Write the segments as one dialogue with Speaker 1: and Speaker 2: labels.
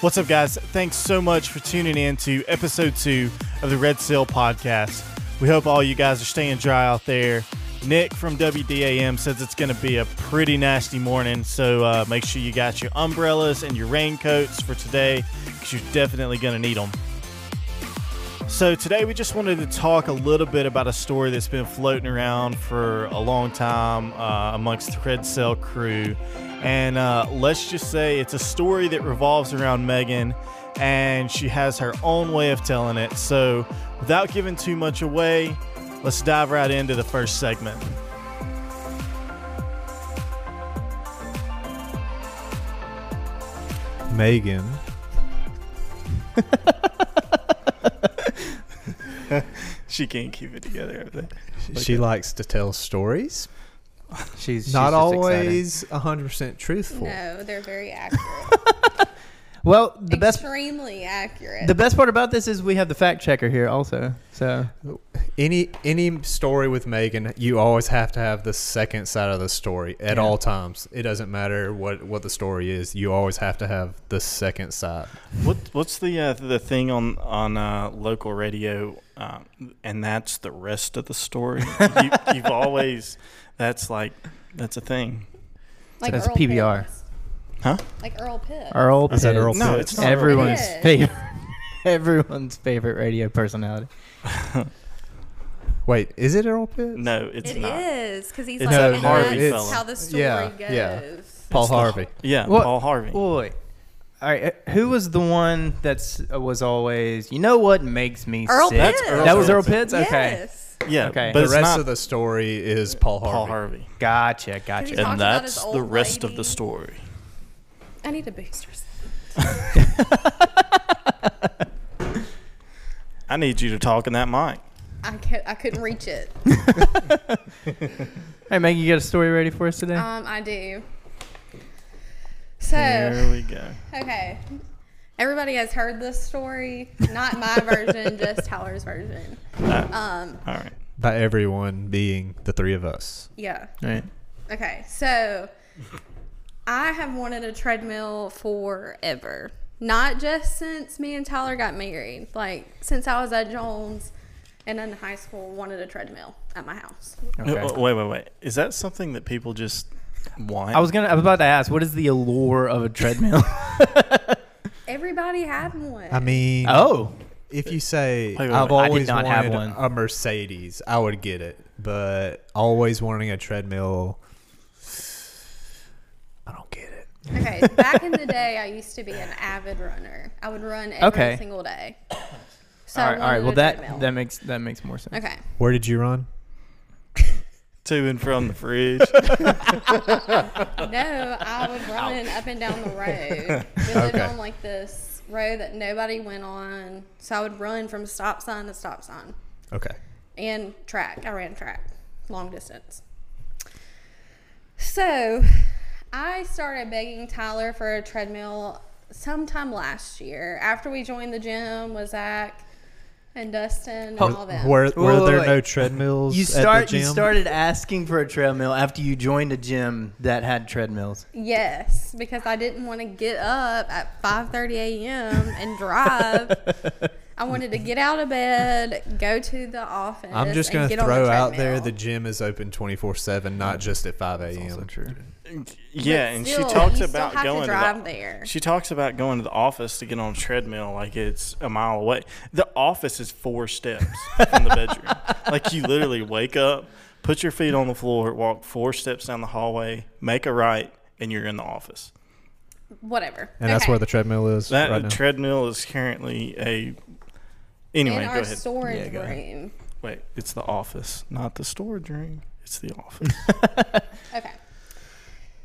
Speaker 1: What's up, guys? Thanks so much for tuning in to episode two of the Red Seal podcast. We hope all you guys are staying dry out there. Nick from WDAM says it's going to be a pretty nasty morning, so uh, make sure you got your umbrellas and your raincoats for today because you're definitely going to need them. So, today we just wanted to talk a little bit about a story that's been floating around for a long time uh, amongst the Red Cell crew. And uh, let's just say it's a story that revolves around Megan, and she has her own way of telling it. So, without giving too much away, let's dive right into the first segment.
Speaker 2: Megan.
Speaker 1: She can't keep it together. over there.
Speaker 2: She likes to tell stories.
Speaker 3: She's she's
Speaker 2: Not
Speaker 3: just excited.
Speaker 2: always a 100% truthful.
Speaker 4: No, they're very accurate.
Speaker 3: Well, the best
Speaker 4: Extremely accurate.
Speaker 3: the best part about this is we have the fact checker here also. So
Speaker 2: Any any story with Megan, you always have to have the second side of the story at
Speaker 3: Yeah.
Speaker 2: all times. It doesn't matter what, what the story is. You always have to have the second side.
Speaker 1: What what's the uh, the thing on on uh, local radio? Um, and that's the rest of the story. you, you've always that's like that's a thing.
Speaker 4: like
Speaker 3: That's PBR.
Speaker 4: Pitts.
Speaker 1: Huh?
Speaker 4: Like Earl Pitts.
Speaker 3: Earl
Speaker 2: I said
Speaker 3: Pitts.
Speaker 2: Earl
Speaker 1: No,
Speaker 2: Pitts.
Speaker 1: it's not
Speaker 3: everyone's
Speaker 4: Pitts.
Speaker 3: favorite everyone's favorite radio personality.
Speaker 2: Wait, is it Earl Pitts?
Speaker 1: No, it's
Speaker 4: It
Speaker 1: not.
Speaker 4: is because he's
Speaker 1: It's
Speaker 4: like
Speaker 2: a
Speaker 4: and
Speaker 2: Harvey
Speaker 4: that's
Speaker 2: fella.
Speaker 4: how the story
Speaker 2: Yeah,
Speaker 4: goes.
Speaker 2: yeah. Paul
Speaker 1: It's the-
Speaker 2: Harvey.
Speaker 1: Yeah,
Speaker 3: What-
Speaker 1: Paul Harvey.
Speaker 3: Boy. All right, uh, who was the one that's uh, was always? You know what makes me
Speaker 4: Earl
Speaker 3: sick?
Speaker 1: That's Earl
Speaker 3: that was Earl
Speaker 1: Pitts.
Speaker 3: Pitts. Okay,
Speaker 4: Yes.
Speaker 1: yeah,
Speaker 3: Okay.
Speaker 1: but
Speaker 2: the
Speaker 1: it's
Speaker 2: rest
Speaker 1: not
Speaker 2: of the story is Paul Harvey.
Speaker 1: Paul Harvey.
Speaker 3: gotcha, gotcha.
Speaker 4: Talks about
Speaker 1: And that's
Speaker 4: his
Speaker 1: the
Speaker 4: old
Speaker 1: rest of
Speaker 4: lady.
Speaker 1: the story.
Speaker 4: I need a booster. sip.
Speaker 1: I need you to talk in that mic.
Speaker 4: I can't, I couldn't reach it.
Speaker 3: Hey, Maggie, you got a story ready for us today?
Speaker 4: Um, I do. So
Speaker 1: There we go.
Speaker 4: okay, everybody has heard this story. Not my version, just Tyler's version. Um,
Speaker 1: Uh, All right.
Speaker 2: By everyone being the three of us.
Speaker 4: yeah.
Speaker 3: All right.
Speaker 4: Okay, so I have wanted a treadmill forever. Not just since me and Tyler got married, like since I was at Jones and in high school, wanted a treadmill at my house.
Speaker 3: Okay.
Speaker 1: Uh, Wait, wait, wait. Is that something that people just want?
Speaker 3: I was gonna. I was about to ask, what is the allure of a treadmill?
Speaker 4: Everybody had one.
Speaker 2: I mean,
Speaker 3: oh,
Speaker 2: if you say
Speaker 1: Wait, wait,
Speaker 2: I've
Speaker 1: wait.
Speaker 3: I did
Speaker 2: always
Speaker 3: not have
Speaker 2: wanted
Speaker 3: one.
Speaker 2: a Mercedes, I would get it. But always wanting a treadmill, I don't get it.
Speaker 4: okay, back in the day, I used to be an avid runner. I would run every
Speaker 3: Okay.
Speaker 4: single day. So
Speaker 3: all right, all
Speaker 4: I
Speaker 3: right.
Speaker 4: wanted
Speaker 3: Well,
Speaker 4: a
Speaker 3: that
Speaker 4: treadmill.
Speaker 3: that makes that makes more sense.
Speaker 4: okay.
Speaker 2: Where did you run?
Speaker 1: to and from the fridge.
Speaker 4: No, I would run up and down the road. We lived
Speaker 2: Okay.
Speaker 4: on like this road that nobody went on, so I would run from stop sign to stop sign
Speaker 2: Okay.
Speaker 4: and track. I ran track, long distance. So, I started begging Tyler for a treadmill sometime last year after we joined the gym with Zach and Dustin and
Speaker 2: Oh.
Speaker 4: all them.
Speaker 2: Were, were
Speaker 3: Wait, wait,
Speaker 2: there
Speaker 3: wait.
Speaker 2: no treadmills
Speaker 3: You start.
Speaker 2: at the gym?
Speaker 3: You started asking for a treadmill after you joined a gym that had treadmills.
Speaker 4: Yes, because I didn't want to get up at 5:30 a.m. and drive. I wanted to get out of bed, go to the office.
Speaker 2: I'm just
Speaker 4: going
Speaker 2: going
Speaker 4: to
Speaker 2: to throw out there the gym is open 24-7, not just at 5 a.m.
Speaker 3: true.
Speaker 1: yeah, and she talks
Speaker 4: you
Speaker 1: about
Speaker 4: still have
Speaker 1: going
Speaker 4: to
Speaker 1: to
Speaker 4: drive
Speaker 1: the,
Speaker 4: there.
Speaker 1: She talks about going to the office to get on a treadmill like it's a mile away. The office is four steps from the bedroom. Like you literally wake up, put your feet on the floor, walk four steps down the hallway, make a right, and you're in the office.
Speaker 4: Whatever.
Speaker 2: And that's
Speaker 4: Okay.
Speaker 2: where the treadmill is
Speaker 1: That
Speaker 2: right now.
Speaker 1: treadmill is currently a. Anyway,
Speaker 4: in
Speaker 1: go
Speaker 4: our
Speaker 1: ahead.
Speaker 4: storage
Speaker 3: Yeah, go ahead.
Speaker 4: room.
Speaker 1: Wait, it's the office, not the storage room. It's the office.
Speaker 4: Okay.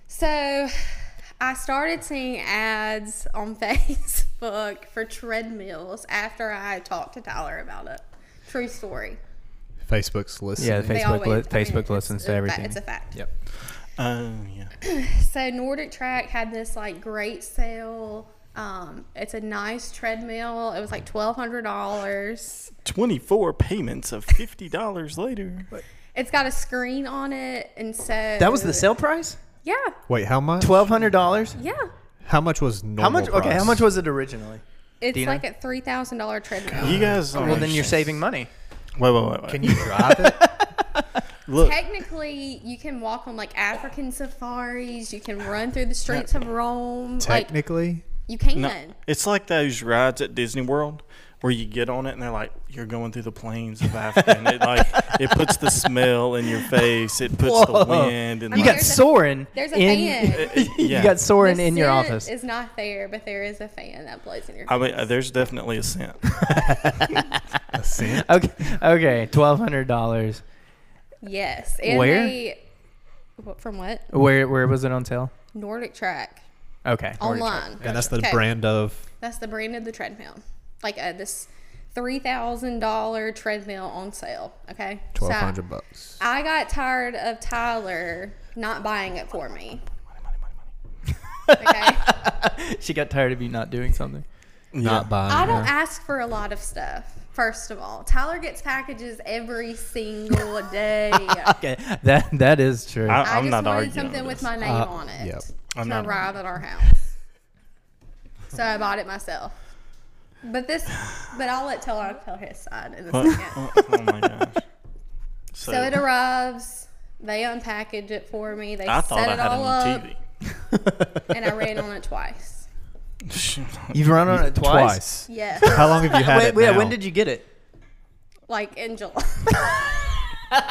Speaker 4: So I started seeing ads on Facebook for treadmills after I talked to Tyler about it. True story.
Speaker 2: Facebook's listening.
Speaker 3: Yeah,
Speaker 4: They
Speaker 3: Facebook
Speaker 4: always-
Speaker 3: li-
Speaker 4: I mean,
Speaker 3: Facebook
Speaker 4: it's
Speaker 3: listens
Speaker 4: a
Speaker 3: to
Speaker 4: fa-
Speaker 3: everything.
Speaker 4: It's a fact.
Speaker 3: Yep.
Speaker 1: Oh yeah.
Speaker 4: So Nordic Track had this like great sale. Um, it's a nice treadmill. It was like twelve hundred dollars.
Speaker 1: 24 payments of $50 later.
Speaker 4: It's got a screen on it, and so
Speaker 3: That was the sale price.
Speaker 4: Yeah,
Speaker 2: Wait, how much?
Speaker 3: Twelve hundred dollars.
Speaker 4: yeah.
Speaker 2: How much was normal?
Speaker 3: How much? Okay,
Speaker 2: price?
Speaker 3: how much was it originally?
Speaker 4: It's
Speaker 3: Do you know?
Speaker 4: like a three thousand dollar treadmill.
Speaker 1: You guys.
Speaker 2: Oh,
Speaker 1: don't
Speaker 3: Well, then you're
Speaker 1: understand.
Speaker 3: saving money.
Speaker 1: Wait, wait, wait, wait.
Speaker 2: Can you drive it?
Speaker 1: look?
Speaker 4: Technically, you can walk on like African safaris. You can run through the streets of Rome. like
Speaker 2: Technically,
Speaker 4: you can.
Speaker 1: No, it's like those rides at Disney World where you get on it and they're like, you're going through the plains of Africa. and it like it puts the smell in your face. It puts the
Speaker 3: Whoa.
Speaker 1: wind and
Speaker 4: I
Speaker 3: You
Speaker 1: like,
Speaker 3: got
Speaker 4: There's a-
Speaker 3: Soren.
Speaker 4: There's a
Speaker 3: in,
Speaker 4: fan.
Speaker 1: Yeah.
Speaker 3: You got Soren
Speaker 4: The
Speaker 3: in your
Speaker 4: scent
Speaker 3: office.
Speaker 4: Is not there, but there is a fan that blows in your.
Speaker 1: I mean, uh, there's definitely a scent.
Speaker 2: a cent.
Speaker 3: Okay, okay, twelve hundred dollars.
Speaker 4: yes. And
Speaker 3: Where?
Speaker 4: They, what, from what?
Speaker 3: Where where was it on sale?
Speaker 4: Nordic Track
Speaker 3: Okay, Orange County.
Speaker 4: online.
Speaker 2: And that's the
Speaker 4: Okay.
Speaker 2: brand of.
Speaker 4: That's the brand of the treadmill. Like uh, this three thousand dollar treadmill on sale. Okay. So,
Speaker 2: Twelve hundred bucks.
Speaker 4: I got tired of Tyler not buying it for me. Okay.
Speaker 3: She got tired of you not doing something.
Speaker 2: Not buying.
Speaker 4: I
Speaker 2: it.
Speaker 4: don't ask for a lot of stuff. First of all, Tyler gets packages every single day. I,
Speaker 3: Okay, that that is true.
Speaker 1: I, I'm
Speaker 4: just
Speaker 1: not
Speaker 4: wanted
Speaker 1: arguing.
Speaker 4: something with
Speaker 1: this.
Speaker 4: my name
Speaker 2: Uh,
Speaker 4: on it
Speaker 2: yep.
Speaker 1: I'm
Speaker 4: to
Speaker 1: not-
Speaker 4: arrive at our house. so I bought it myself. But this, but I'll let Tyler tell his side in a
Speaker 1: But-
Speaker 4: second.
Speaker 1: oh, oh my gosh. So,
Speaker 4: So it arrives. They unpackage it for me. They
Speaker 1: I thought
Speaker 4: set
Speaker 1: I
Speaker 4: it
Speaker 1: had it
Speaker 4: all up,
Speaker 1: on
Speaker 4: and I ran on it twice.
Speaker 1: TV.
Speaker 3: You've run on it twice.
Speaker 2: Twice.
Speaker 4: Yes,
Speaker 2: How long have you had
Speaker 3: Wait,
Speaker 2: it?
Speaker 3: wait,
Speaker 2: now?
Speaker 3: when did you get it?
Speaker 4: like in July.
Speaker 2: All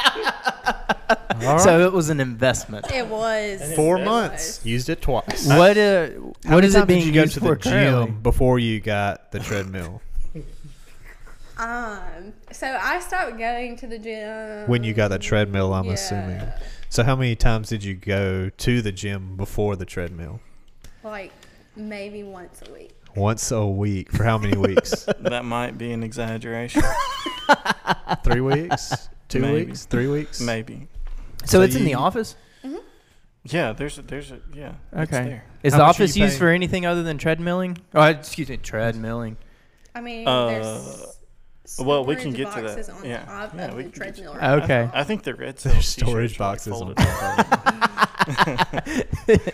Speaker 2: right.
Speaker 3: So it was an investment.
Speaker 4: it was
Speaker 2: Four
Speaker 1: Yes.
Speaker 2: months. Used it twice.
Speaker 3: What uh,
Speaker 2: How
Speaker 3: what
Speaker 2: many
Speaker 3: is
Speaker 2: times
Speaker 3: it being
Speaker 2: did you go
Speaker 3: used
Speaker 2: to the
Speaker 3: for
Speaker 2: gym
Speaker 3: currently?
Speaker 2: before you got the treadmill?
Speaker 4: Um, so I stopped going to the gym
Speaker 2: when you got the treadmill, I'm assuming.
Speaker 4: yeah.
Speaker 2: So how many times did you go to the gym before the treadmill?
Speaker 4: like maybe once a week.
Speaker 2: Once a week for how many weeks?
Speaker 1: That might be an exaggeration.
Speaker 2: Three weeks? Two
Speaker 1: Maybe.
Speaker 2: weeks? Three weeks?
Speaker 1: Maybe.
Speaker 3: So
Speaker 2: So
Speaker 3: it's in the
Speaker 2: you-
Speaker 3: office.
Speaker 1: Yeah, there's a, there's a, yeah. It's
Speaker 3: Okay.
Speaker 1: there.
Speaker 3: Is
Speaker 2: How
Speaker 3: the
Speaker 2: much are
Speaker 3: office
Speaker 2: you
Speaker 3: used
Speaker 2: paying?
Speaker 3: for anything other than treadmilling? Oh, excuse me, treadmilling.
Speaker 4: I mean,
Speaker 1: Uh,
Speaker 4: there's
Speaker 1: well, we
Speaker 4: storage
Speaker 1: can get to that.
Speaker 4: boxes On
Speaker 1: Yeah.
Speaker 4: top
Speaker 1: Yeah,
Speaker 4: of
Speaker 1: we
Speaker 4: the
Speaker 1: can get to
Speaker 4: treadmill.
Speaker 1: that.
Speaker 4: rack.
Speaker 3: Okay.
Speaker 1: I think the red cell
Speaker 2: There's storage boxes on top of it.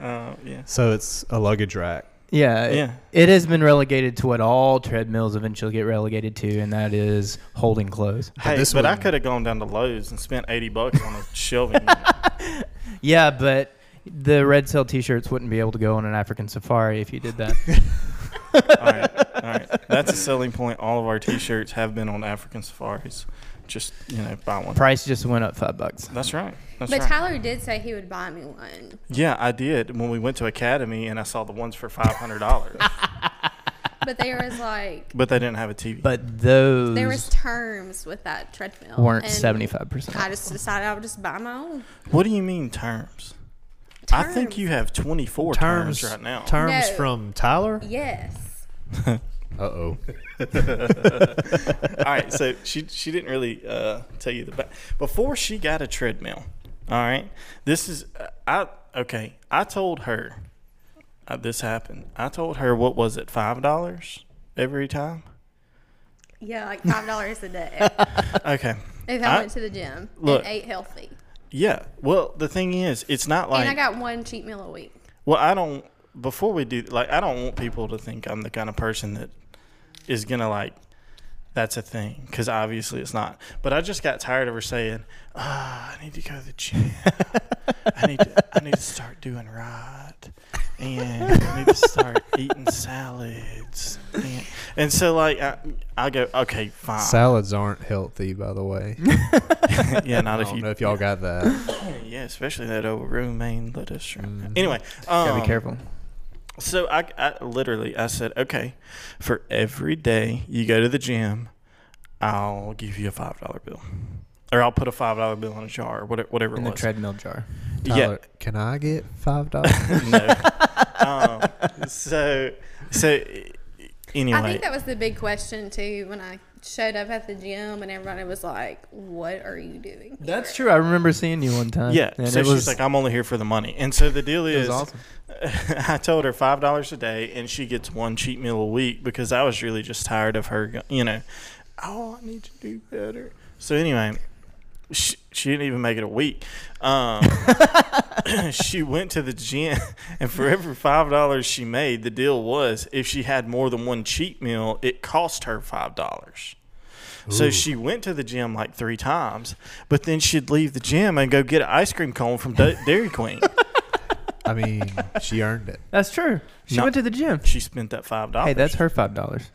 Speaker 1: Uh, yeah.
Speaker 2: So it's a luggage rack.
Speaker 3: Yeah. it-
Speaker 1: Yeah.
Speaker 3: It, has been relegated to what all treadmills eventually get relegated to, and that is holding clothes.
Speaker 1: Hey,
Speaker 2: this
Speaker 1: but I
Speaker 2: one-
Speaker 1: could have gone down to Lowe's and spent eighty bucks on a shelving. unit.
Speaker 3: Yeah, but the red cell T-shirts wouldn't be able to go on an African safari if you did that.
Speaker 1: all right, all right. That's a selling point. All of our T-shirts have been on African safaris. Just you know, buy one.
Speaker 3: Price just went up five bucks.
Speaker 1: That's right. That's
Speaker 4: But
Speaker 1: right.
Speaker 4: Tyler did say he would buy me one.
Speaker 1: yeah, I did when we went to Academy and I saw the ones for five hundred dollars,
Speaker 4: But there was like
Speaker 1: but they didn't have a TV.
Speaker 3: But those
Speaker 4: there was terms with that treadmill.
Speaker 3: weren't
Speaker 4: and
Speaker 3: seventy five percent.
Speaker 4: I just decided I would just buy my own.
Speaker 1: what do you mean terms? I think you have twenty four terms,
Speaker 2: Terms
Speaker 1: right now.
Speaker 2: Terms
Speaker 4: No.
Speaker 2: from Tyler?
Speaker 4: Yes.
Speaker 2: Uh oh.
Speaker 1: all right, so she she didn't really uh, tell you the back before she got a treadmill. All right, this is uh, I okay. I told her uh, this happened. I told her what was it five dollars every time.
Speaker 4: Yeah, like five dollars a day
Speaker 1: Okay,
Speaker 4: if I,
Speaker 1: I-
Speaker 4: went to the gym
Speaker 1: Look.
Speaker 4: and ate healthy.
Speaker 1: yeah. Well, the thing is, it's not like
Speaker 4: and I got one cheat meal a week.
Speaker 1: well, I don't. Before we do, like, I don't want people to think I'm the kind of person that is gonna like. That's a thing, because obviously it's not. But I just got tired of her saying, "Ah, I need to go to the gym. I need to, I need to start doing right, and I need to start eating salads." And, and so, like, I, I go, "Okay,
Speaker 3: ah.
Speaker 1: fine."
Speaker 2: Salads aren't healthy, by the way.
Speaker 3: Mm,
Speaker 1: yeah, not
Speaker 2: I
Speaker 1: if
Speaker 2: don't
Speaker 1: you,
Speaker 2: know if y'all got that.
Speaker 1: yeah, especially that old romaine lettuce.
Speaker 2: Mm-hmm.
Speaker 1: Anyway, um,
Speaker 3: Gotta be careful.
Speaker 1: So I, I literally I said, okay, for every day you go to the gym, I'll give you a five dollar bill, or I'll put a five dollar bill in a jar, or whatever, whatever
Speaker 3: In
Speaker 1: it
Speaker 3: the
Speaker 1: was.
Speaker 3: treadmill jar.
Speaker 1: yeah,
Speaker 2: Tyler, can I get five dollars?
Speaker 1: no. um, so so anyway,
Speaker 4: I think that was the big question too when I showed up at the gym and everybody was like, "What are you doing?"
Speaker 3: That's
Speaker 4: here?"
Speaker 3: true. I remember seeing you one time.
Speaker 1: yeah.
Speaker 3: and
Speaker 1: So
Speaker 3: it
Speaker 1: she's
Speaker 3: was
Speaker 1: like, I'm only here for the money, and so the deal
Speaker 3: it was
Speaker 1: is,
Speaker 3: awesome.
Speaker 1: I told her five dollars a day, and she gets one cheat meal a week because I was really just tired of her. go- You know, oh, I need to do better. So anyway, she, she didn't even make it a week. Um, she went to the gym, and for every five dollars she made, the deal was if she had more than one cheat meal, it cost her five dollars. So she went to the gym like three times, but then she'd leave the gym and go get an ice cream cone from Da- Dairy Queen.
Speaker 2: I mean, she earned it.
Speaker 3: That's true. She
Speaker 1: No.
Speaker 3: went to the gym.
Speaker 1: she spent that five dollars.
Speaker 3: Hey, that's her five dollars.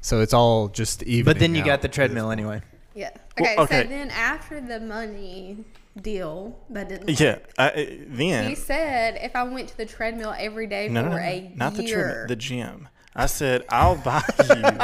Speaker 2: So it's all just even.
Speaker 3: But then you got the treadmill anyway.
Speaker 4: Yeah.
Speaker 1: Well,
Speaker 4: Okay,
Speaker 1: okay.
Speaker 4: So then after the money deal that didn't.
Speaker 1: yeah. I, I- then
Speaker 4: He said if I went to the treadmill every day
Speaker 1: no,
Speaker 4: for
Speaker 1: no, no,
Speaker 4: a
Speaker 1: no, not the
Speaker 4: year.
Speaker 1: treadmill, the gym. I said I'll buy you,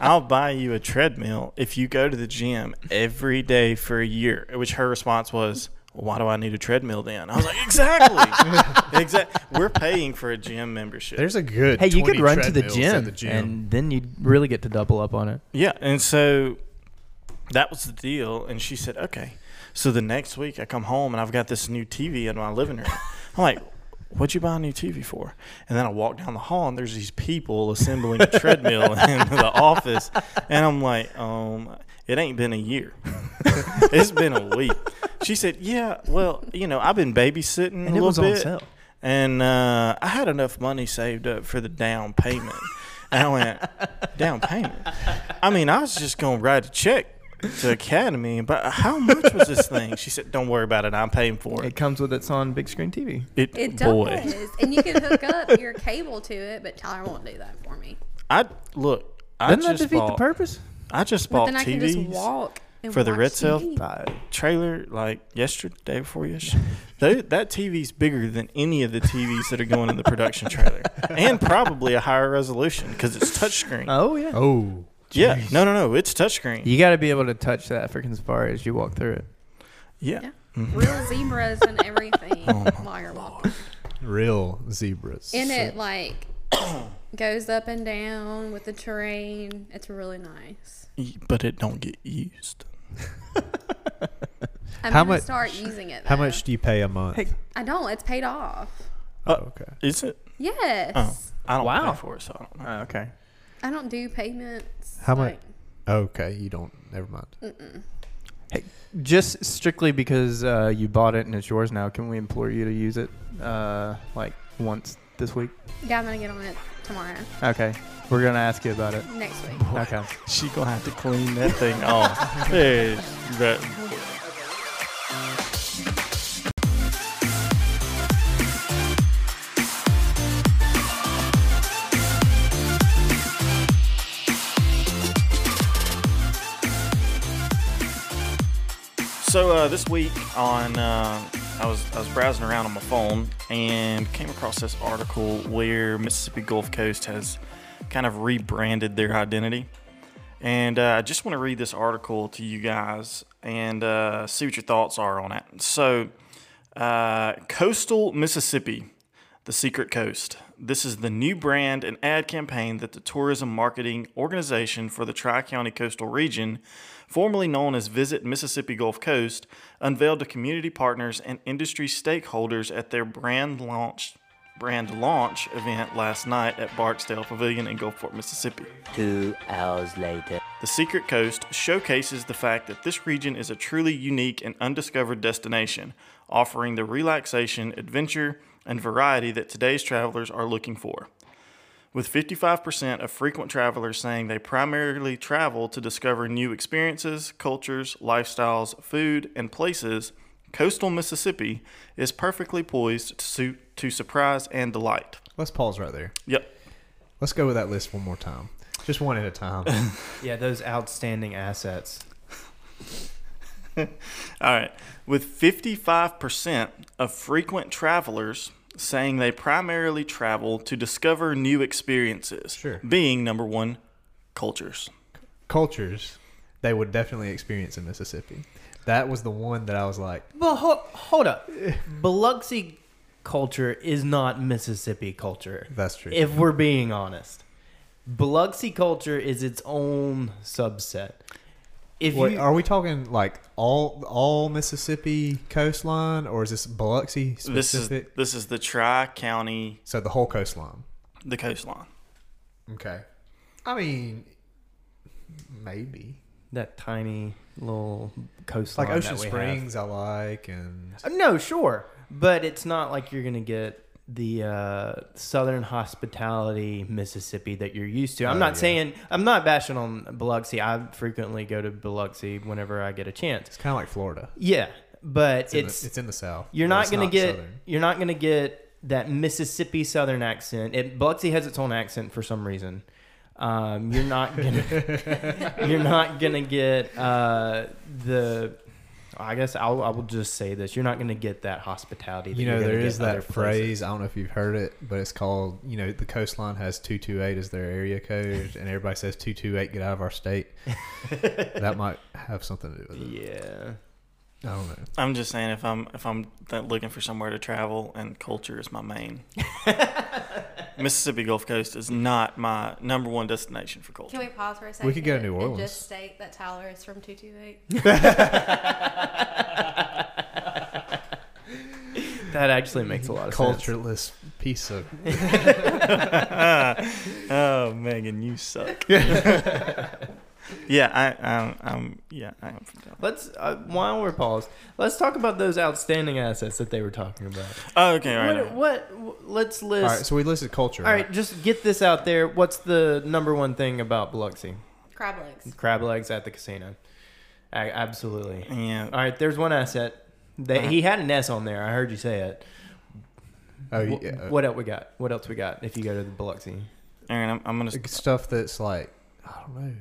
Speaker 1: I'll buy you a treadmill if you go to the gym every day for a year. Which her response was, well, "Why do I need a treadmill then?" I was like, "Exactly, exactly. We're paying for a gym membership."
Speaker 2: There's a good.
Speaker 3: Hey, you could
Speaker 2: 20
Speaker 3: run to the
Speaker 2: treadmills at
Speaker 3: gym,
Speaker 2: the gym.
Speaker 3: and then you'd really get to double up on it.
Speaker 1: Yeah, and so that was the deal. And she said, okay. So the next week, I come home and I've got this new TV in my living room. I'm like, what'd you buy a new TV for? And then I walk down the hall and there's these people assembling a treadmill in the office, and I'm like, um, it ain't been a year. it's been a week. She said, yeah, well, you know, I've been babysitting a
Speaker 3: And it
Speaker 1: little
Speaker 3: was
Speaker 1: bit
Speaker 3: on sale.
Speaker 1: and uh, I had enough money saved up for the down payment. and I went, down payment? I mean, I was just going to write a check to Academy, but how much was this thing? She said, don't worry about it. I'm paying for
Speaker 3: It
Speaker 1: it.
Speaker 3: comes with its own big screen TV.
Speaker 1: It,
Speaker 4: it does,
Speaker 1: boy.
Speaker 4: and you can hook up your cable to it, but Tyler won't do that for me.
Speaker 1: I, look, I
Speaker 3: Doesn't that
Speaker 1: just,
Speaker 3: defeat the
Speaker 1: bought,
Speaker 3: purpose?
Speaker 1: I just
Speaker 4: But
Speaker 1: bought
Speaker 4: then I can just
Speaker 1: TVs,
Speaker 4: walk and
Speaker 1: for the
Speaker 4: watch
Speaker 1: red cell?
Speaker 4: TV.
Speaker 1: Uh, trailer, like yesterday, day before yesterday. Tho- that TV's bigger than any of the TVs that are going in the production trailer. And probably a higher resolution because it's touchscreen.
Speaker 3: Oh yeah.
Speaker 2: Oh,
Speaker 1: Yeah, no, no, no. It's touchscreen.
Speaker 3: You got to be able to touch that freaking safari as you walk through it.
Speaker 1: Yeah.
Speaker 4: Yeah.
Speaker 1: Mm-hmm.
Speaker 4: Real zebras and everything
Speaker 1: Oh
Speaker 4: while you're walking.
Speaker 2: real zebras.
Speaker 4: And it like goes up and down with the terrain. It's really nice.
Speaker 1: Y- But it don't get used.
Speaker 4: I'm
Speaker 2: How
Speaker 4: gonna
Speaker 2: much-
Speaker 4: start using it.
Speaker 2: How
Speaker 4: though.
Speaker 2: much do you pay a month?
Speaker 3: Hey.
Speaker 4: I don't. It's paid off.
Speaker 2: Oh, okay.
Speaker 1: Is it?
Speaker 4: Yes.
Speaker 1: Oh, I don't
Speaker 3: Wow.
Speaker 1: pay for it, so I don't know.
Speaker 3: Oh, okay.
Speaker 4: I don't do payments.
Speaker 2: How mu-
Speaker 4: like-
Speaker 2: Okay, you don't. Never mind.
Speaker 3: Just strictly because uh, you bought it and it's yours now, can we implore you to use it uh, like once this week?
Speaker 4: Yeah, I'm gonna get on it tomorrow,
Speaker 3: Okay. We're gonna ask you about it.
Speaker 4: next week.
Speaker 3: Okay.
Speaker 1: She gonna have to clean that thing off. Hey, that- So uh, this week on, uh, I was I was browsing around on my phone and came across this article where Mississippi Gulf Coast has kind of rebranded their identity, and uh, I just want to read this article to you guys and uh, see what your thoughts are on it. So, uh, coastal Mississippi, the secret coast. This is the new brand and ad campaign that the tourism marketing organization for the Tri County Coastal Region, formerly known as Visit Mississippi Gulf Coast, unveiled to community partners and industry stakeholders at their brand launch brand launch event last night at Barksdale Pavilion in Gulfport, Mississippi.
Speaker 5: Two hours later.
Speaker 1: The Secret Coast showcases the fact that this region is a truly unique and undiscovered destination, offering the relaxation, adventure, and variety that today's travelers are looking for. With 55% of frequent travelers saying they primarily travel to discover new experiences, cultures, lifestyles, food, and places, coastal Mississippi is perfectly poised to, su- to surprise and delight.
Speaker 2: Let's pause right there.
Speaker 1: Yep.
Speaker 2: Let's go with that list one more time. Just one at a time.
Speaker 3: Yeah, those outstanding assets.
Speaker 1: All right. With 55% of frequent travelers saying they primarily travel to discover new experiences,
Speaker 2: Sure.
Speaker 1: being number one, cultures.
Speaker 2: Cultures they would definitely experience in Mississippi. That was the one that I was like,
Speaker 6: But hold, hold up. Biloxi culture is not Mississippi culture.
Speaker 2: That's true.
Speaker 6: If we're being honest, Biloxi culture is its own subset. If
Speaker 2: Wait,
Speaker 6: you,
Speaker 2: are we talking like all all Mississippi coastline, or is this Biloxi specific?
Speaker 1: This is this is the Tri County,
Speaker 2: so the whole coastline.
Speaker 1: the coastline.
Speaker 2: Okay. I mean, maybe
Speaker 6: that tiny little
Speaker 2: like
Speaker 6: coastline,
Speaker 2: Ocean
Speaker 6: that we have.
Speaker 2: Springs, I like, and
Speaker 6: Uh, No, sure, But it's not like you're gonna get the uh, southern hospitality Mississippi that you're used to. I'm
Speaker 2: Oh,
Speaker 6: not
Speaker 2: yeah.
Speaker 6: saying I'm not bashing on Biloxi. I frequently go to Biloxi whenever I get a chance.
Speaker 2: It's kind of like Florida.
Speaker 6: Yeah,
Speaker 2: It's
Speaker 6: but it's
Speaker 2: in, the, it's in the South.
Speaker 6: you're
Speaker 2: but
Speaker 6: not
Speaker 2: it's
Speaker 6: gonna get
Speaker 2: Southern.
Speaker 6: you're not gonna get that Mississippi Southern accent. It Biloxi has its own accent for some reason. Um, you're not gonna you're not gonna get uh, the. I guess I'll, I will just say this: you're not gonna get that hospitality. That
Speaker 2: You know,
Speaker 6: you're gonna
Speaker 2: there
Speaker 6: get
Speaker 2: is
Speaker 6: other
Speaker 2: that
Speaker 6: places.
Speaker 2: phrase. I don't know if you've heard it, but it's called, you know, the coastline has 228 as their area code, and everybody says 228, get out of our state. that might have something to do with it.
Speaker 6: Yeah.
Speaker 2: I don't know.
Speaker 1: I'm just saying if I'm if I'm th- looking for somewhere to travel and culture is my main. Mississippi Gulf Coast is not my number one destination for culture.
Speaker 4: Can we pause for a second?
Speaker 2: We could go to New
Speaker 4: And
Speaker 2: Orleans.
Speaker 4: just state that Tyler is from 228.
Speaker 6: That actually makes a lot of sense.
Speaker 2: Cultureless piece of.
Speaker 1: oh, Megan, you suck. yeah, I, I'm, I'm. Yeah, I am from Dallas.
Speaker 6: Let's uh, while we're paused, let's talk about those outstanding assets that they were talking about.
Speaker 1: Oh, okay, all right. all
Speaker 6: what,
Speaker 1: right.
Speaker 6: what, what? Let's
Speaker 2: All
Speaker 6: list.
Speaker 2: right, so we listed culture.
Speaker 6: All right, just get this out there. What's the number one thing about Biloxi?
Speaker 4: Crab legs.
Speaker 6: Crab legs at the casino. A- absolutely.
Speaker 1: Yeah.
Speaker 6: All right, there's one asset. They, He had an S on there. I heard you say it.
Speaker 2: Oh,
Speaker 6: Wh-
Speaker 2: yeah.
Speaker 6: What else we got? What else we got? If you go to the Biloxi,
Speaker 1: Aaron, I'm, I'm gonna.
Speaker 2: Like, uh, stuff that's like, I don't know.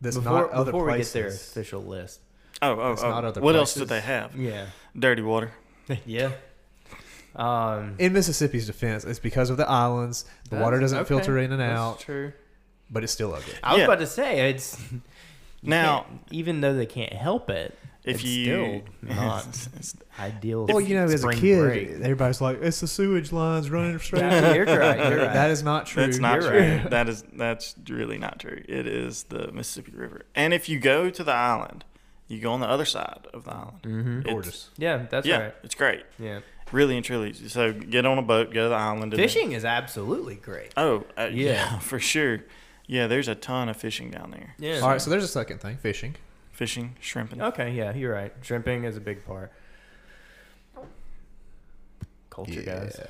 Speaker 2: That's
Speaker 6: before,
Speaker 2: not other
Speaker 6: before we get
Speaker 2: places.
Speaker 6: their official list.
Speaker 1: Oh, oh,
Speaker 2: It's
Speaker 1: oh.
Speaker 2: not other
Speaker 1: What else did
Speaker 2: places.
Speaker 1: they have?
Speaker 6: Yeah.
Speaker 1: Dirty water.
Speaker 6: yeah. Um,
Speaker 2: In Mississippi's defense, it's because of the islands. The water
Speaker 6: that's-
Speaker 2: doesn't
Speaker 6: okay,
Speaker 2: filter in and
Speaker 6: that's
Speaker 2: out,
Speaker 6: True.
Speaker 2: but it's still ugly.
Speaker 6: I was
Speaker 1: Yeah.
Speaker 6: about to say it's you
Speaker 1: Now-
Speaker 6: can't- even though they can't help it,
Speaker 1: If
Speaker 6: it's
Speaker 1: you
Speaker 6: still not
Speaker 1: It's- it's-
Speaker 6: ideal.
Speaker 2: Well, you know, as a
Speaker 6: spring
Speaker 2: kid,
Speaker 6: break.
Speaker 2: everybody's like, "It's the sewage lines running straight."
Speaker 6: Yeah, you're right. You're right.
Speaker 2: That is not true.
Speaker 1: that's not
Speaker 6: You're
Speaker 1: true.
Speaker 6: right.
Speaker 1: That is that's really not true. It is the Mississippi River, and if you go to the island, you go on the other side of the island. Mm-hmm.
Speaker 2: Gorgeous.
Speaker 6: yeah, that's
Speaker 1: yeah,
Speaker 6: right.
Speaker 1: it's great.
Speaker 6: Yeah,
Speaker 1: Really and truly. So get on a boat, go to the island. and then-
Speaker 6: fishing is absolutely great.
Speaker 1: Oh, uh, yeah.
Speaker 6: Yeah.
Speaker 1: for sure. Yeah, there's a ton of fishing down there.
Speaker 6: Yeah.
Speaker 2: All right, so there's a second thing: fishing.
Speaker 1: Fishing, shrimping.
Speaker 6: okay. Yeah, you're right. Shrimping is a big part. Culture guys.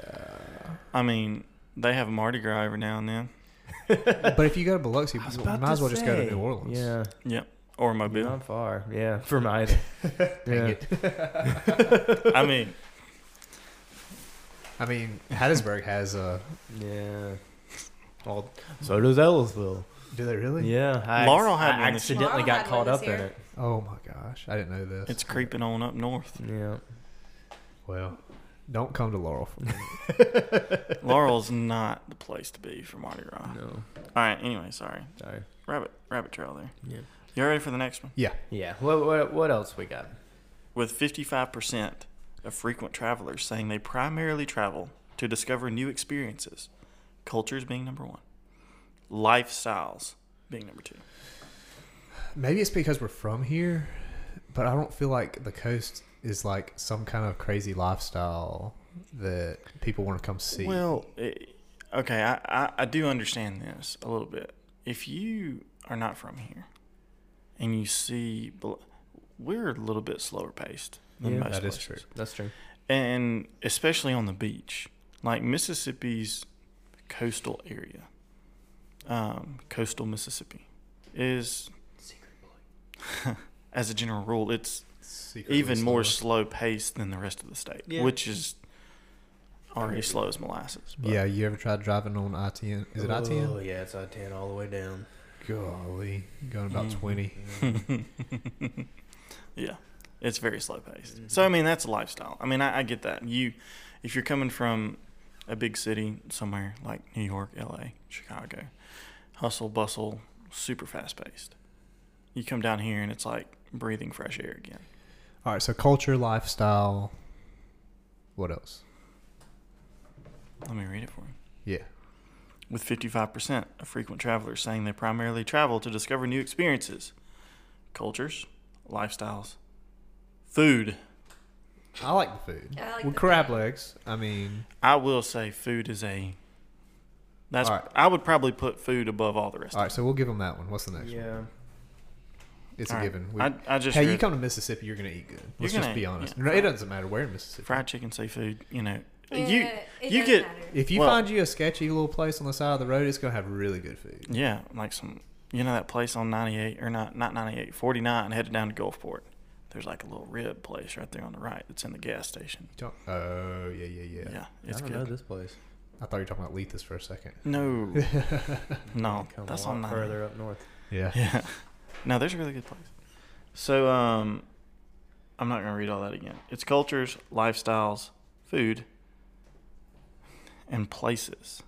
Speaker 1: I mean, they have Mardi Gras every now and then.
Speaker 2: but if you go to Biloxi,
Speaker 6: I was
Speaker 2: you
Speaker 6: about
Speaker 2: might as
Speaker 6: to
Speaker 2: well just go
Speaker 6: say,
Speaker 2: to New Orleans.
Speaker 6: Yeah,
Speaker 1: Yep. Or
Speaker 6: you're
Speaker 1: Mobile.
Speaker 6: not far. Yeah, from either. yeah.
Speaker 1: I mean,
Speaker 2: I mean, Hattiesburg has uh, a.
Speaker 6: Yeah. Well, so does Ellisville.
Speaker 2: Do they really?
Speaker 6: Yeah. I
Speaker 1: Laurel had
Speaker 6: I
Speaker 1: one this year.
Speaker 6: accidentally
Speaker 4: Laurel
Speaker 6: got
Speaker 4: had
Speaker 6: caught
Speaker 4: one
Speaker 6: up
Speaker 4: this
Speaker 6: in
Speaker 4: year.
Speaker 6: it.
Speaker 2: Oh my gosh, I didn't know this.
Speaker 1: it's creeping on up north.
Speaker 6: Yeah.
Speaker 2: well, don't come to Laurel. For me.
Speaker 1: Laurel's not the place to be for Mardi Gras.
Speaker 6: No.
Speaker 1: All right. Anyway, sorry.
Speaker 6: Sorry.
Speaker 1: Rabbit, rabbit trail there.
Speaker 6: Yeah.
Speaker 1: You all ready for the next one?
Speaker 2: yeah,
Speaker 6: Yeah. What, what, what else we got?
Speaker 1: With 55% of frequent travelers saying they primarily travel to discover new experiences, cultures being number one, lifestyles being number two.
Speaker 2: maybe it's because we're from here, but I don't feel like the coast is like some kind of crazy lifestyle that people want to come see.
Speaker 1: Well, it, okay, I, I, I do understand this a little bit. If you are not from here and you see, bl- we're a little bit slower paced than
Speaker 6: Yeah,
Speaker 1: most
Speaker 2: that is
Speaker 1: places.
Speaker 2: true.
Speaker 6: That's true.
Speaker 1: and especially on the beach, like Mississippi's coastal area, um, coastal Mississippi, is as a general rule, it's
Speaker 2: Secretly
Speaker 1: even more
Speaker 2: slower.
Speaker 1: slow paced than the rest of the state,
Speaker 6: Yeah.
Speaker 1: which is already slow as molasses. but-
Speaker 2: Yeah, you ever tried driving on I ten? Is it I
Speaker 6: Oh,
Speaker 2: ten?
Speaker 6: yeah. It's I 10 all the way down.
Speaker 2: Golly, going about
Speaker 1: Mhm.
Speaker 2: twenty.
Speaker 1: yeah, it's very slow paced. So I mean, that's a lifestyle. I mean, I, I get that. You, if you're coming from a big city somewhere like New York, L.A., Chicago, hustle bustle, super fast paced. You come down here and it's like breathing fresh air again.
Speaker 2: All right, so culture, lifestyle. What else?
Speaker 1: Let me read it for you.
Speaker 2: Yeah.
Speaker 1: with 55% of frequent travelers saying they primarily travel to discover new experiences, cultures, lifestyles, food.
Speaker 2: I like the food.
Speaker 4: I like
Speaker 2: Well,
Speaker 4: the-
Speaker 2: crab legs. I mean,
Speaker 1: I will say food is a that's
Speaker 2: All right.
Speaker 1: I would probably put food above all the rest.
Speaker 2: all
Speaker 1: of
Speaker 2: right, so we'll give them that one. What's the next one?
Speaker 6: Yeah.
Speaker 2: It's
Speaker 1: All
Speaker 2: a
Speaker 1: right.
Speaker 2: given. We,
Speaker 1: I, I just
Speaker 2: hey, you
Speaker 1: read
Speaker 2: come to Mississippi, you're gonna eat good. Let's
Speaker 1: gonna
Speaker 2: just be
Speaker 1: eat-
Speaker 2: honest.
Speaker 1: yeah.
Speaker 2: No, it doesn't matter where in Mississippi.
Speaker 1: fried chicken, seafood. You know,
Speaker 4: Yeah,
Speaker 1: you
Speaker 4: it
Speaker 1: you
Speaker 4: does
Speaker 1: get
Speaker 4: matter.
Speaker 2: If you
Speaker 1: Well-
Speaker 2: find you a sketchy little place on the side of the road, it's gonna have really good food.
Speaker 1: yeah, like some you know that place on 98 or not not 98, 49 headed down to Gulfport. There's like a little rib place right there on the right. It's in the gas station.
Speaker 2: Don't- Oh yeah, yeah, yeah.
Speaker 1: Yeah, it's good.
Speaker 6: this place.
Speaker 2: I thought you were talking about Lethus for a second.
Speaker 1: No, no,
Speaker 6: Come
Speaker 1: that's
Speaker 6: a lot
Speaker 1: on 98.
Speaker 6: further up north.
Speaker 2: Yeah.
Speaker 1: Yeah. No, there's a really good place. So, um, I'm not going to read all that again. It's cultures, lifestyles, food, and places.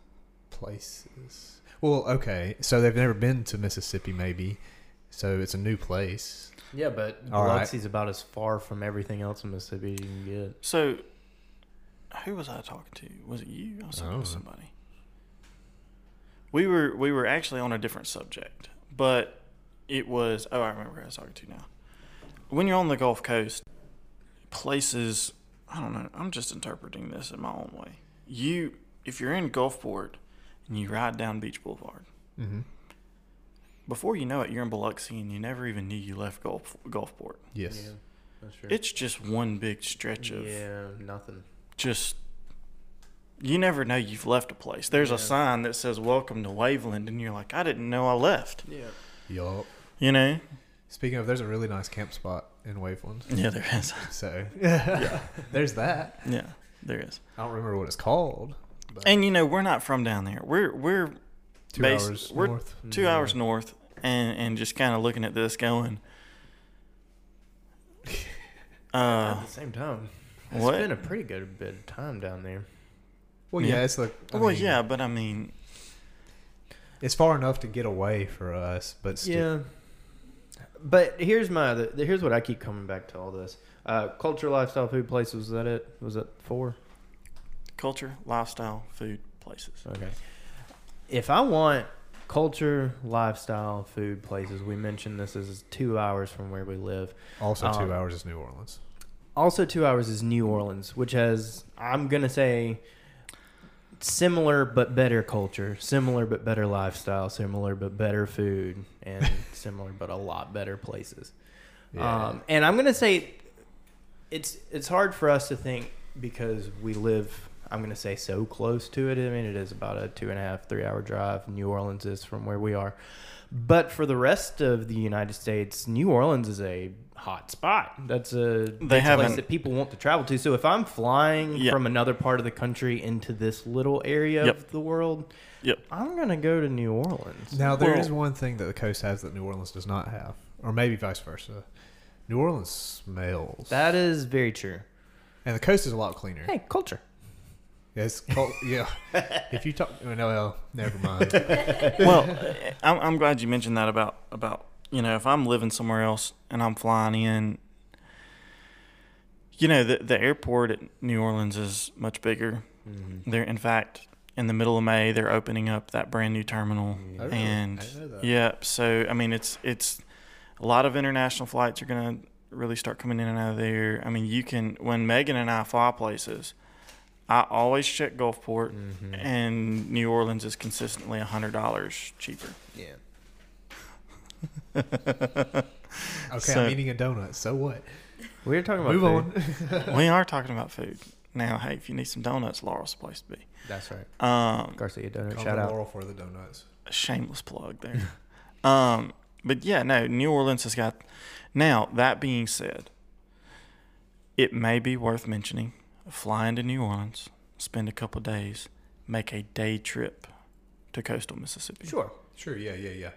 Speaker 2: Places. Well, okay. So they've never been to Mississippi, maybe. So it's a new place.
Speaker 6: Yeah, but
Speaker 2: All right.
Speaker 6: Biloxi's about as far from everything else in Mississippi as you can get.
Speaker 1: So, who was I talking to? Was it you? I was talking
Speaker 2: Oh.
Speaker 1: to somebody. We were we were actually on a different subject, but it was oh I remember who I was talking to now. When you're on the Gulf Coast, places I don't know. I'm just interpreting this in my own way. You if you're in Gulfport and you ride down Beach Boulevard,
Speaker 6: Mm-hmm.
Speaker 2: hmm
Speaker 1: before you know it, you're in Biloxi and you never even knew you left Gulf Gulfport.
Speaker 2: Yes.
Speaker 6: Yeah, that's true.
Speaker 1: It's just one big stretch of
Speaker 6: yeah, nothing.
Speaker 1: just you never know you've left a place. There's
Speaker 6: Yeah.
Speaker 1: a sign that says "Welcome to Waveland," and you're like, "I didn't know I left."
Speaker 6: Yeah.
Speaker 2: Yup.
Speaker 1: You know?
Speaker 2: Speaking of, there's a really nice camp spot in Waveland.
Speaker 1: Yeah, there is.
Speaker 2: So there's that.
Speaker 1: yeah, there is.
Speaker 2: I don't remember what it's called. But
Speaker 1: And you know, we're not from down there. We're we're
Speaker 2: two
Speaker 1: based-
Speaker 2: hours
Speaker 1: we're
Speaker 2: north.
Speaker 1: two
Speaker 6: Mm-hmm.
Speaker 1: hours north, and and just kind of looking at this, going,
Speaker 6: At
Speaker 1: "Uh,
Speaker 6: the same time, it's
Speaker 1: what?"
Speaker 6: been a pretty good bit of time down there.
Speaker 2: Well, yeah,
Speaker 1: Yeah.
Speaker 2: it's like I
Speaker 1: well,
Speaker 2: mean,
Speaker 1: yeah, but I mean,
Speaker 2: it's far enough to get away for us, but still,
Speaker 6: Yeah. But here's my other, here's what I keep coming back to all this. Uh, culture, lifestyle, food, places. Was that it? Was that four?
Speaker 1: culture, lifestyle, food, places.
Speaker 6: Okay. If I want culture, lifestyle, food, places, we mentioned this is two hours from where we live.
Speaker 2: also
Speaker 6: Um,
Speaker 2: two hours is New Orleans.
Speaker 6: Also, two hours is New Orleans, which has, I'm going to say, similar but better culture, similar but better lifestyle, similar but better food, and similar but a lot better places.
Speaker 2: Yeah.
Speaker 6: Um, and I'm going to say it's it's hard for us to think because we live, I'm going to say, so close to it. I mean, it is about a two and a half, three hour drive. New Orleans is from where we are. But for the rest of the United States, New Orleans is a hot spot. That's a, that's a place
Speaker 1: haven't-
Speaker 6: that people want to travel to. So if I'm flying
Speaker 1: Yeah.
Speaker 6: from another part of the country into this little area of
Speaker 1: Yep.
Speaker 6: the world,
Speaker 1: Yep.
Speaker 6: I'm going to go to New Orleans.
Speaker 2: Now there is
Speaker 1: Well-
Speaker 2: one thing that the coast has that New Orleans does not have, or maybe vice versa. New Orleans smells,
Speaker 6: That is very true.
Speaker 2: and the coast is a lot cleaner.
Speaker 6: Hey, culture.
Speaker 2: Yeah, It's called, yeah. If you talk, well, no, well, never mind. Oh,
Speaker 1: well, eh, I'm, I'm glad you mentioned that about about you know if I'm living somewhere else and I'm flying in. You know the the airport at New Orleans is much bigger. They're in fact in the middle of May they're opening up that brand new terminal,
Speaker 2: Oh, really? I
Speaker 1: and
Speaker 2: didn't know that.
Speaker 1: yeah, so I mean it's it's a lot of international flights are gonna really start coming in and out of there. I mean you can when Megan and I fly places, I always check Gulfport and New Orleans is consistently hundred dollars cheaper.
Speaker 6: Yeah.
Speaker 2: Okay,
Speaker 1: So-
Speaker 2: I'm eating a donut. So what?
Speaker 6: We were talking about
Speaker 2: Move
Speaker 6: food.
Speaker 2: on.
Speaker 1: we are talking about food now. Hey, if you need some donuts, Laurel's the place to be.
Speaker 6: That's right.
Speaker 1: Um,
Speaker 6: Garcia Donut.
Speaker 2: Call
Speaker 6: Shout
Speaker 2: me
Speaker 6: out.
Speaker 2: Laurel for the donuts.
Speaker 1: shameless plug there. um, but yeah, no, New Orleans has got. Now that being said, it may be worth mentioning fly into New Orleans, spend a couple days, make a day trip to coastal Mississippi.
Speaker 6: Sure.
Speaker 2: Sure. Yeah. Yeah. Yeah.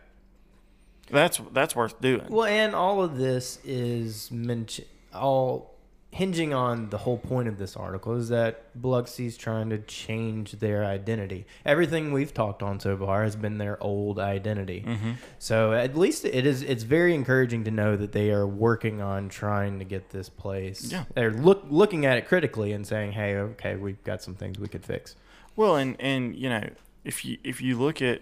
Speaker 1: That's that's worth doing.
Speaker 6: Well, and all of this is mention all hinging on the whole point of this article is that Biloxi's trying to change their identity. Everything we've talked on so far has been their old identity.
Speaker 1: Mm-hmm.
Speaker 6: So at least it is it's very encouraging to know that they are working on trying to get this place.
Speaker 1: Yeah.
Speaker 6: They're look looking at it critically and saying, "Hey, okay, we've got some things we could fix."
Speaker 1: Well, and and you know, if you if you look at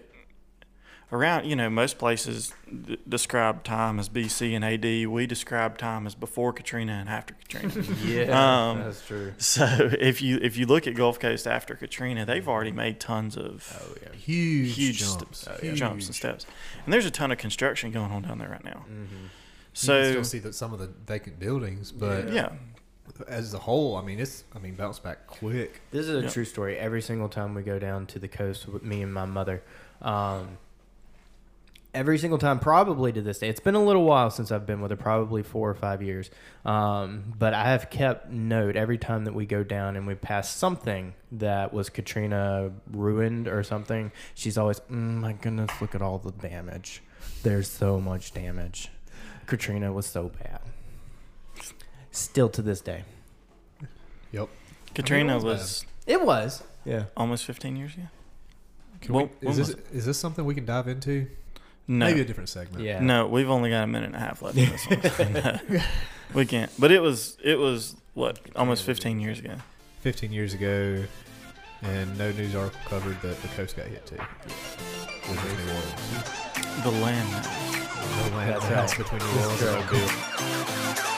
Speaker 1: around, you know, most places d- describe time as BC and AD. We describe time as before Katrina and after Katrina.
Speaker 6: Yeah,
Speaker 1: Um,
Speaker 6: that's true.
Speaker 1: so if you if you look at Gulf Coast after Katrina, they've already made tons of
Speaker 6: Oh yeah.
Speaker 2: Huge,
Speaker 1: huge oh,
Speaker 2: jumps.
Speaker 1: jumps, jumps and steps, and there's a ton of construction going on down there right now.
Speaker 2: Mm-hmm. you can
Speaker 1: So
Speaker 2: still see that some of the vacant buildings, but
Speaker 1: yeah,
Speaker 2: as a whole, I mean, it's I mean, bounce back quick.
Speaker 6: This is a
Speaker 1: Yep.
Speaker 6: true story. Every single time we go down to the coast with me and my mother, um, every single time, probably to this day, it's been a little while since I've been with her, probably four or five years. Um, but I have kept note every time that we go down and we pass something that was Katrina ruined or something. She's always, mm, my goodness, look at all the damage. There's so much damage. Katrina was so bad. Still to this day,
Speaker 2: Yep.
Speaker 1: Katrina
Speaker 2: was
Speaker 1: was
Speaker 6: it was. Yeah.
Speaker 1: almost 15 years ago.
Speaker 2: Can
Speaker 1: Well,
Speaker 2: we,
Speaker 1: when
Speaker 2: is this
Speaker 1: was
Speaker 2: is this something we can dive into?
Speaker 1: No,
Speaker 2: Maybe a different segment.
Speaker 6: Yeah.
Speaker 1: no, we've only got a minute and a half left in this one. No, we can't. But it was it was what almost 15 years ago.
Speaker 2: 15 years ago, and no news article covered that the coast got hit too. Which is New Orleans.
Speaker 1: The land.
Speaker 2: No land that's between New Orleans and Mobile.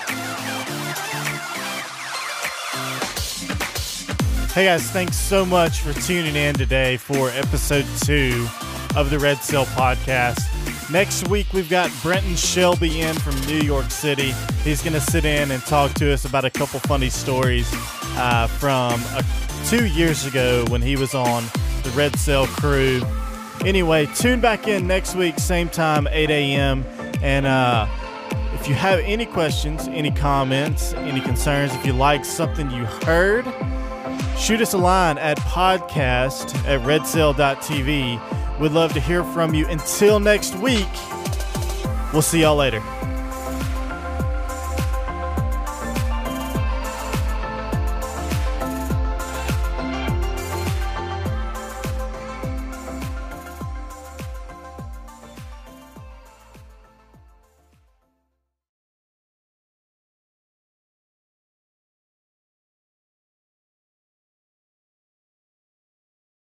Speaker 7: Hey guys, thanks so much for tuning in today for episode two of the Red Cell podcast. Next week, we've got Brenton Shelby in from New York City. He's going to sit in and talk to us about a couple funny stories uh, from uh, two years ago when he was on the Red Cell crew. Anyway, tune back in next week, same time, 8 a.m. And, uh, if you have any questions, any comments, any concerns, if you like something you heard, shoot us a line at podcast at redcell.tv. We'd love to hear from you. Until next week, we'll see y'all later.